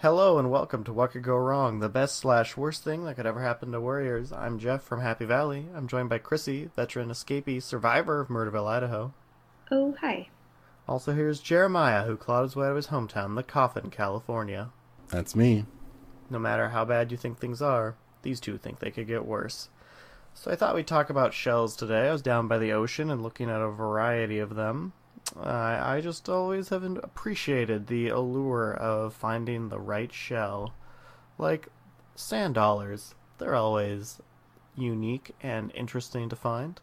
Hello and welcome to What Could Go Wrong, the best slash worst thing that could ever happen to Warriors. I'm Jeff from Happy Valley. I'm joined by Chrissy, veteran escapee survivor of Murderville, Idaho. Oh, hi. Also here's Jeremiah, who clawed his way out of his hometown, The Coffin, California. That's me. No matter how bad you think things are, these two think they could get worse. So I thought we'd talk about shells today. I was down by the ocean and looking at a variety of them. I I just always have not appreciated the allure of finding the right shell. Like sand dollars, they're always unique and interesting to find.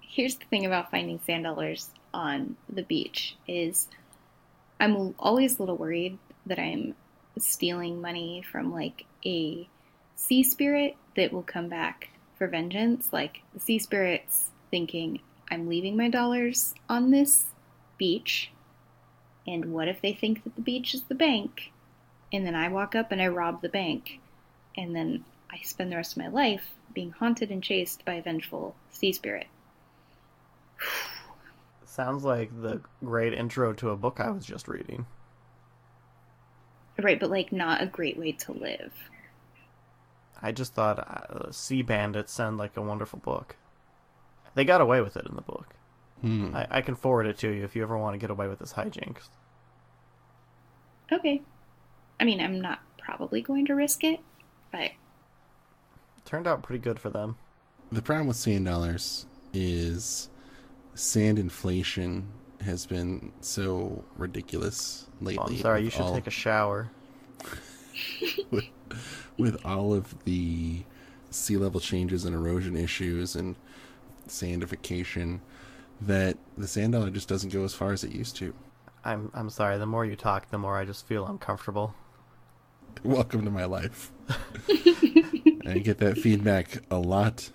Here's the thing about finding sand dollars on the beach is I'm always a little worried that I'm stealing money from like a sea spirit that will come back for vengeance. Like the sea spirits thinking I'm leaving my dollars on this beach. And what if they think that the beach is the bank? And then I walk up and I rob the bank. And then I spend the rest of my life being haunted and chased by a vengeful sea spirit. Sounds like the great intro to a book I was just reading. Right, but like not a great way to live. I just thought uh, Sea Bandits sound like a wonderful book. They got away with it in the book. Hmm. I, I can forward it to you if you ever want to get away with this hijinks. Okay. I mean, I'm not probably going to risk it, but Turned out pretty good for them. The problem with sand dollars is sand inflation has been so ridiculous lately. Oh, I'm sorry, you with should all- take a shower. with, with all of the sea level changes and erosion issues and sandification that the sand dollar just doesn't go as far as it used to. I'm I'm sorry. The more you talk, the more I just feel uncomfortable. Welcome to my life. I get that feedback a lot.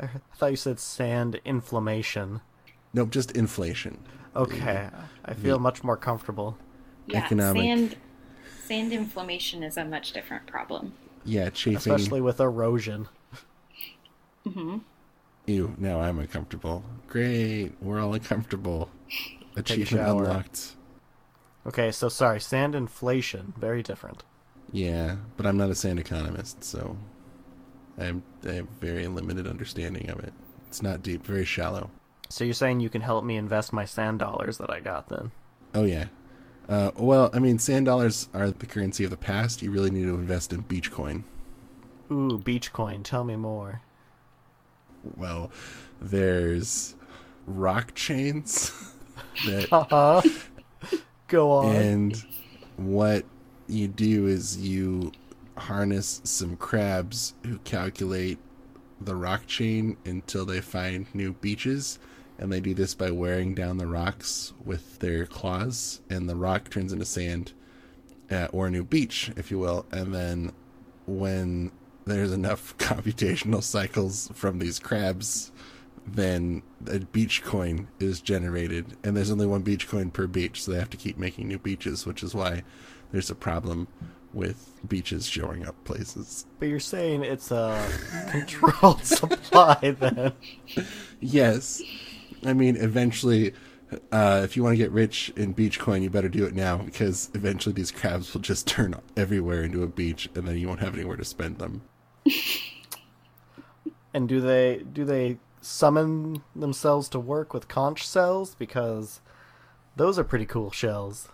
I thought you said sand inflammation. Nope, just inflation. Okay, I feel much more comfortable. yeah, Economic- sand sand inflammation is a much different problem. Yeah, chafing. Especially with erosion. Ew, now I'm uncomfortable. Great, we're all uncomfortable. Achievement shower. unlocked. Okay, so sorry, sand inflation, very different. Yeah, but I'm not a sand economist, so I'm I have very limited understanding of it. It's not deep, very shallow. So you're saying you can help me invest my sand dollars that I got then? Oh yeah. Uh, well, I mean, sand dollars are the currency of the past. You really need to invest in Beachcoin. Ooh, beach coin. Tell me more. Well, there's rock chains that Uh huh. Go on. And what you do is you harness some crabs who calculate the rock chain until they find new beaches. And they do this by wearing down the rocks with their claws, and the rock turns into sand uh, or a new beach, if you will. And then when there's enough computational cycles from these crabs, then a beach coin is generated. And there's only one beach coin per beach, so they have to keep making new beaches, which is why there's a problem with beaches showing up places. but you're saying it's a controlled supply then. Yes. I mean, eventually. Uh, if you want to get rich in beach coin, you better do it now because eventually these crabs will just turn everywhere into a beach, and then you won't have anywhere to spend them. And do they do they summon themselves to work with conch shells because those are pretty cool shells.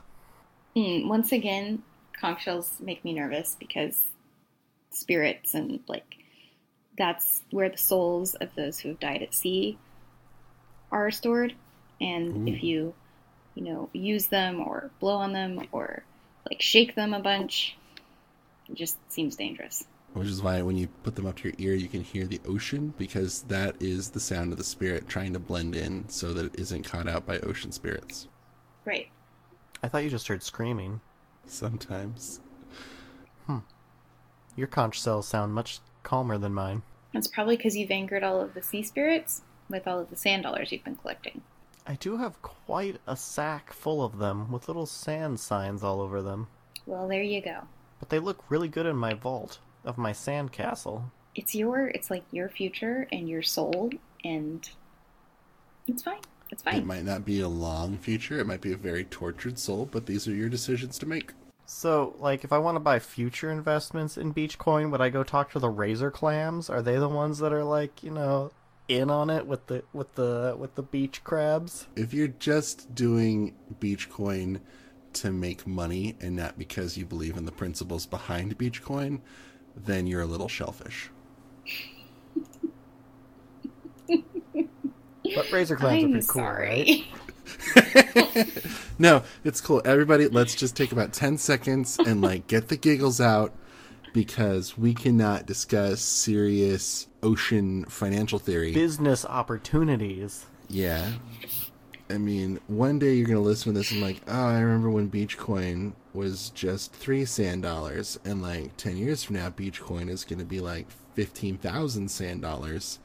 Mm, once again, conch shells make me nervous because spirits and like that's where the souls of those who have died at sea are stored. And if you, you know, use them or blow on them or like shake them a bunch, it just seems dangerous. which is why when you put them up to your ear, you can hear the ocean because that is the sound of the spirit trying to blend in so that it isn't caught out by ocean spirits. Right. I thought you just heard screaming. Sometimes. Your conch cells sound much calmer than mine. That's probably because you've angered all of the sea spirits. with all of the sand dollars you've been collecting. I do have quite a sack full of them with little sand signs all over them. Well, there you go. But they look really good in my vault of my sand castle. It's your, it's like your future and your soul, and it's fine. It's It fine. might not be a long future. It might be a very tortured soul, but these are your decisions to make. So, like, if I want to buy future investments in Beachcoin, would I go talk to the Razor Clams? Are they the ones that are like, you know, in on it with the with the with the beach crabs? If you're just doing Beachcoin to make money and not because you believe in the principles behind Beachcoin, then you're a little shellfish. But Razor Clams would I'm be cool, sorry. right? No, it's cool. Everybody, let's just take about 10 seconds and like get the giggles out because we cannot discuss serious ocean financial theory. Business opportunities. Yeah. I mean, one day you're going to listen to this and like, oh, I remember when Beachcoin was just three sand dollars. And like 10 years from now, Beachcoin is going to be like 15,000 sand dollars.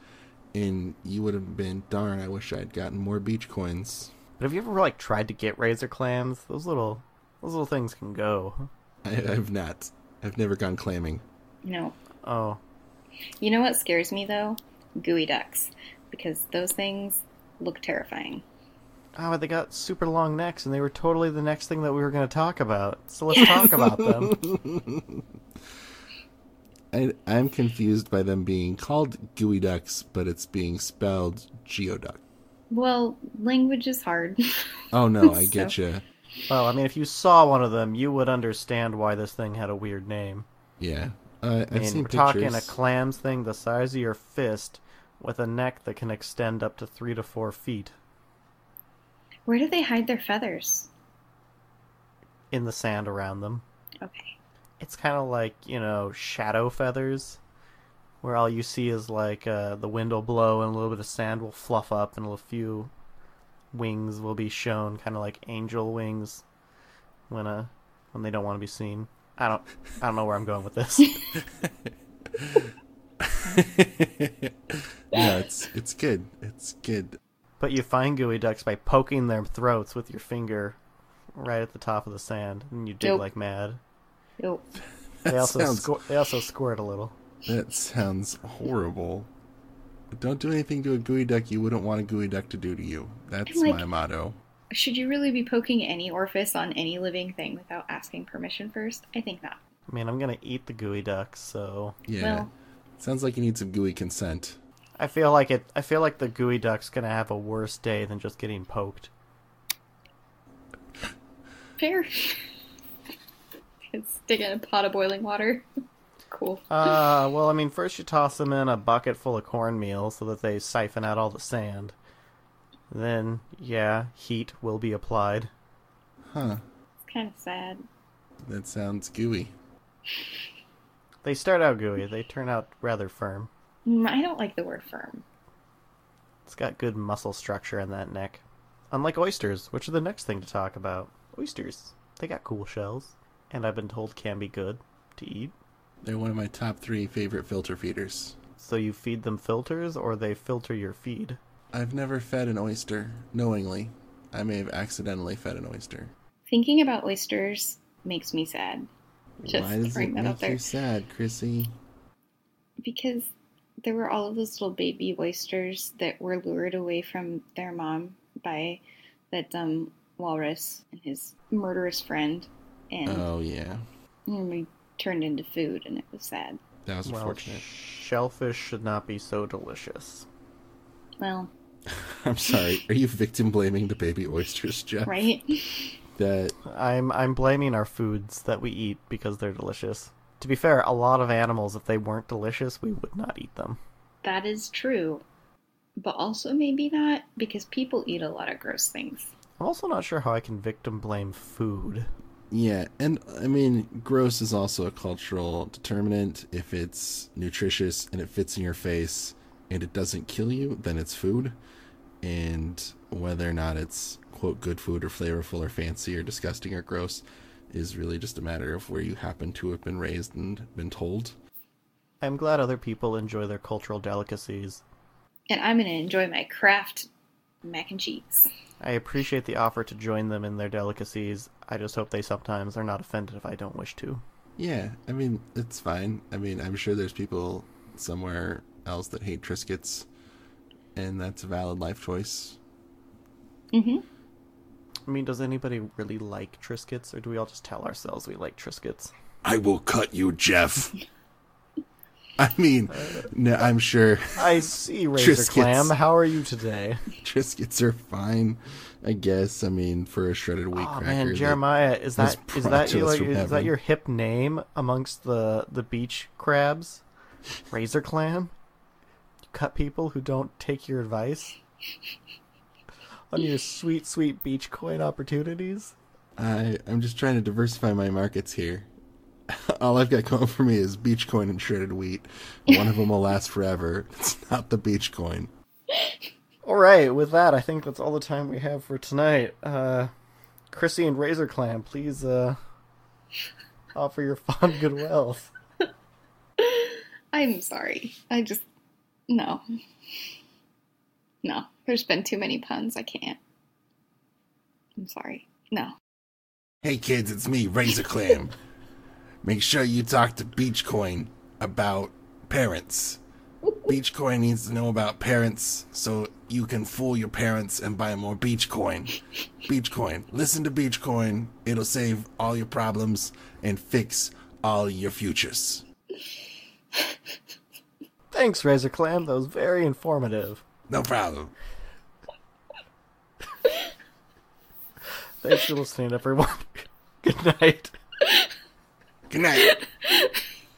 And you would have been, darn, I wish I'd gotten more Beachcoins. But have you ever like tried to get Razor Clams? Those little those little things can go. I, I've not. I've never gone clamming. No. Oh, You know what scares me though? Gooey ducks, because those things look terrifying. Oh, but they got super long necks, and they were totally the next thing that we were going to talk about. So let's talk about them. I, I'm confused by them being called gooey ducks, but it's being spelled geoduck. Well, language is hard. Oh no, I get you. Well, I mean, if you saw one of them, you would understand why this thing had a weird name. Yeah, uh, I've I mean, seen we're pictures. talking a clams thing the size of your fist with a neck that can extend up to three to four feet Where do they hide their feathers? in the sand around them. Okay. It's kind of like, you know, shadow feathers, where all you see is like uh, the wind will blow and a little bit of sand will fluff up and a few wings will be shown, kind of like angel wings when uh, when they don't want to be seen. I don't I don't know where I'm going with this. yeah, it's it's good. It's good. but you find gooey ducks by poking their throats with your finger right at the top of the sand and you dig Nope. like mad. Oh, They also sounds- squir- they also squirt a little. That sounds horrible. Don't do anything to a gooey duck you wouldn't want a gooey duck to do to you. That's like- my motto. should you really be poking any orifice on any living thing without asking permission first? I think not. I mean, I'm gonna eat the gooey ducks, so Yeah. Well- Sounds like you need some gooey consent. I feel like it. I feel like the gooey duck's gonna have a worse day than just getting poked. Fair. It's dig in a pot of boiling water. Cool. Uh, well, I mean, first you toss them in a bucket full of cornmeal so that they siphon out all the sand. Then, yeah, heat will be applied. Huh. It's kind of sad. That sounds gooey. They start out gooey. They turn out rather firm. Mm, I don't like the word firm. It's got good muscle structure in that neck. Unlike oysters, which are the next thing to talk about. Oysters. They got cool shells, and I've been told can be good to eat. They're one of my top three favorite filter feeders. So you feed them filters, or they filter your feed. I've never fed an oyster knowingly. I may have accidentally fed an oyster. Thinking about oysters makes me sad. Just Why does throwing it that out make you there. sad, Chrissy? Because there were all of those little baby oysters that were lured away from their mom by that dumb walrus and his murderous friend. And Oh yeah, and we turned into food, and it was sad. that was Well, unfortunate. shellfish should not be so delicious. Well, I'm sorry. Are you victim blaming the baby oysters, Jeff? right? That I'm I'm blaming our foods that we eat because they're delicious. To be fair, a lot of animals, if they weren't delicious, we would not eat them. that is true. But also maybe not, because people eat a lot of gross things. I'm also not sure how I can victim blame food. yeah, and I mean, gross is also a cultural determinant. If it's nutritious and it fits in your face and it doesn't kill you, then it's food. And whether or not it's quote good food or flavorful or fancy or disgusting or gross is really just a matter of where you happen to have been raised and been told. I'm glad other people enjoy their cultural delicacies. and I'm going to enjoy my craft mac and cheese. I appreciate the offer to join them in their delicacies. I just hope they sometimes are not offended if I don't wish to. Yeah, I mean, it's fine. I mean, I'm sure there's people somewhere else that hate Triscuits, and that's a valid life choice. Mm-hmm. I mean, does anybody really like Triscuits, or do we all just tell ourselves we like Triscuits? I will cut you, Jeff. I mean, no, I'm sure I see, Razor Triscuits. Clam. How are you today? Triscuits are fine. I guess. I mean, for a shredded wheat Oh cracker. man, that- Jeremiah, is was that is that brought your to us like, from is that heaven. your hip name amongst the the beach crabs? Razor clam? You cut people who don't take your advice on your sweet sweet beach coin opportunities? I I'm just trying to diversify my markets here. All I've got going for me is beach coin and shredded wheat. One of them will last forever. It's not the beach coin. All right, with that, I think that's all the time we have for tonight. Uh, Chrissy and Razor Clam, please uh, offer your fond goodwill. I'm sorry. I just no. No. There's been too many puns. I can't. I'm sorry. No. Hey kids, it's me, Razor Clam. Make sure you talk to Beachcoin about parents. Beachcoin needs to know about parents so you can fool your parents and buy more Beachcoin. Beachcoin, listen to Beachcoin. It'll save all your problems and fix all your futures. Thanks, Razor Clam. That was very informative. No problem. Thanks for listening, everyone. Good night. Good night.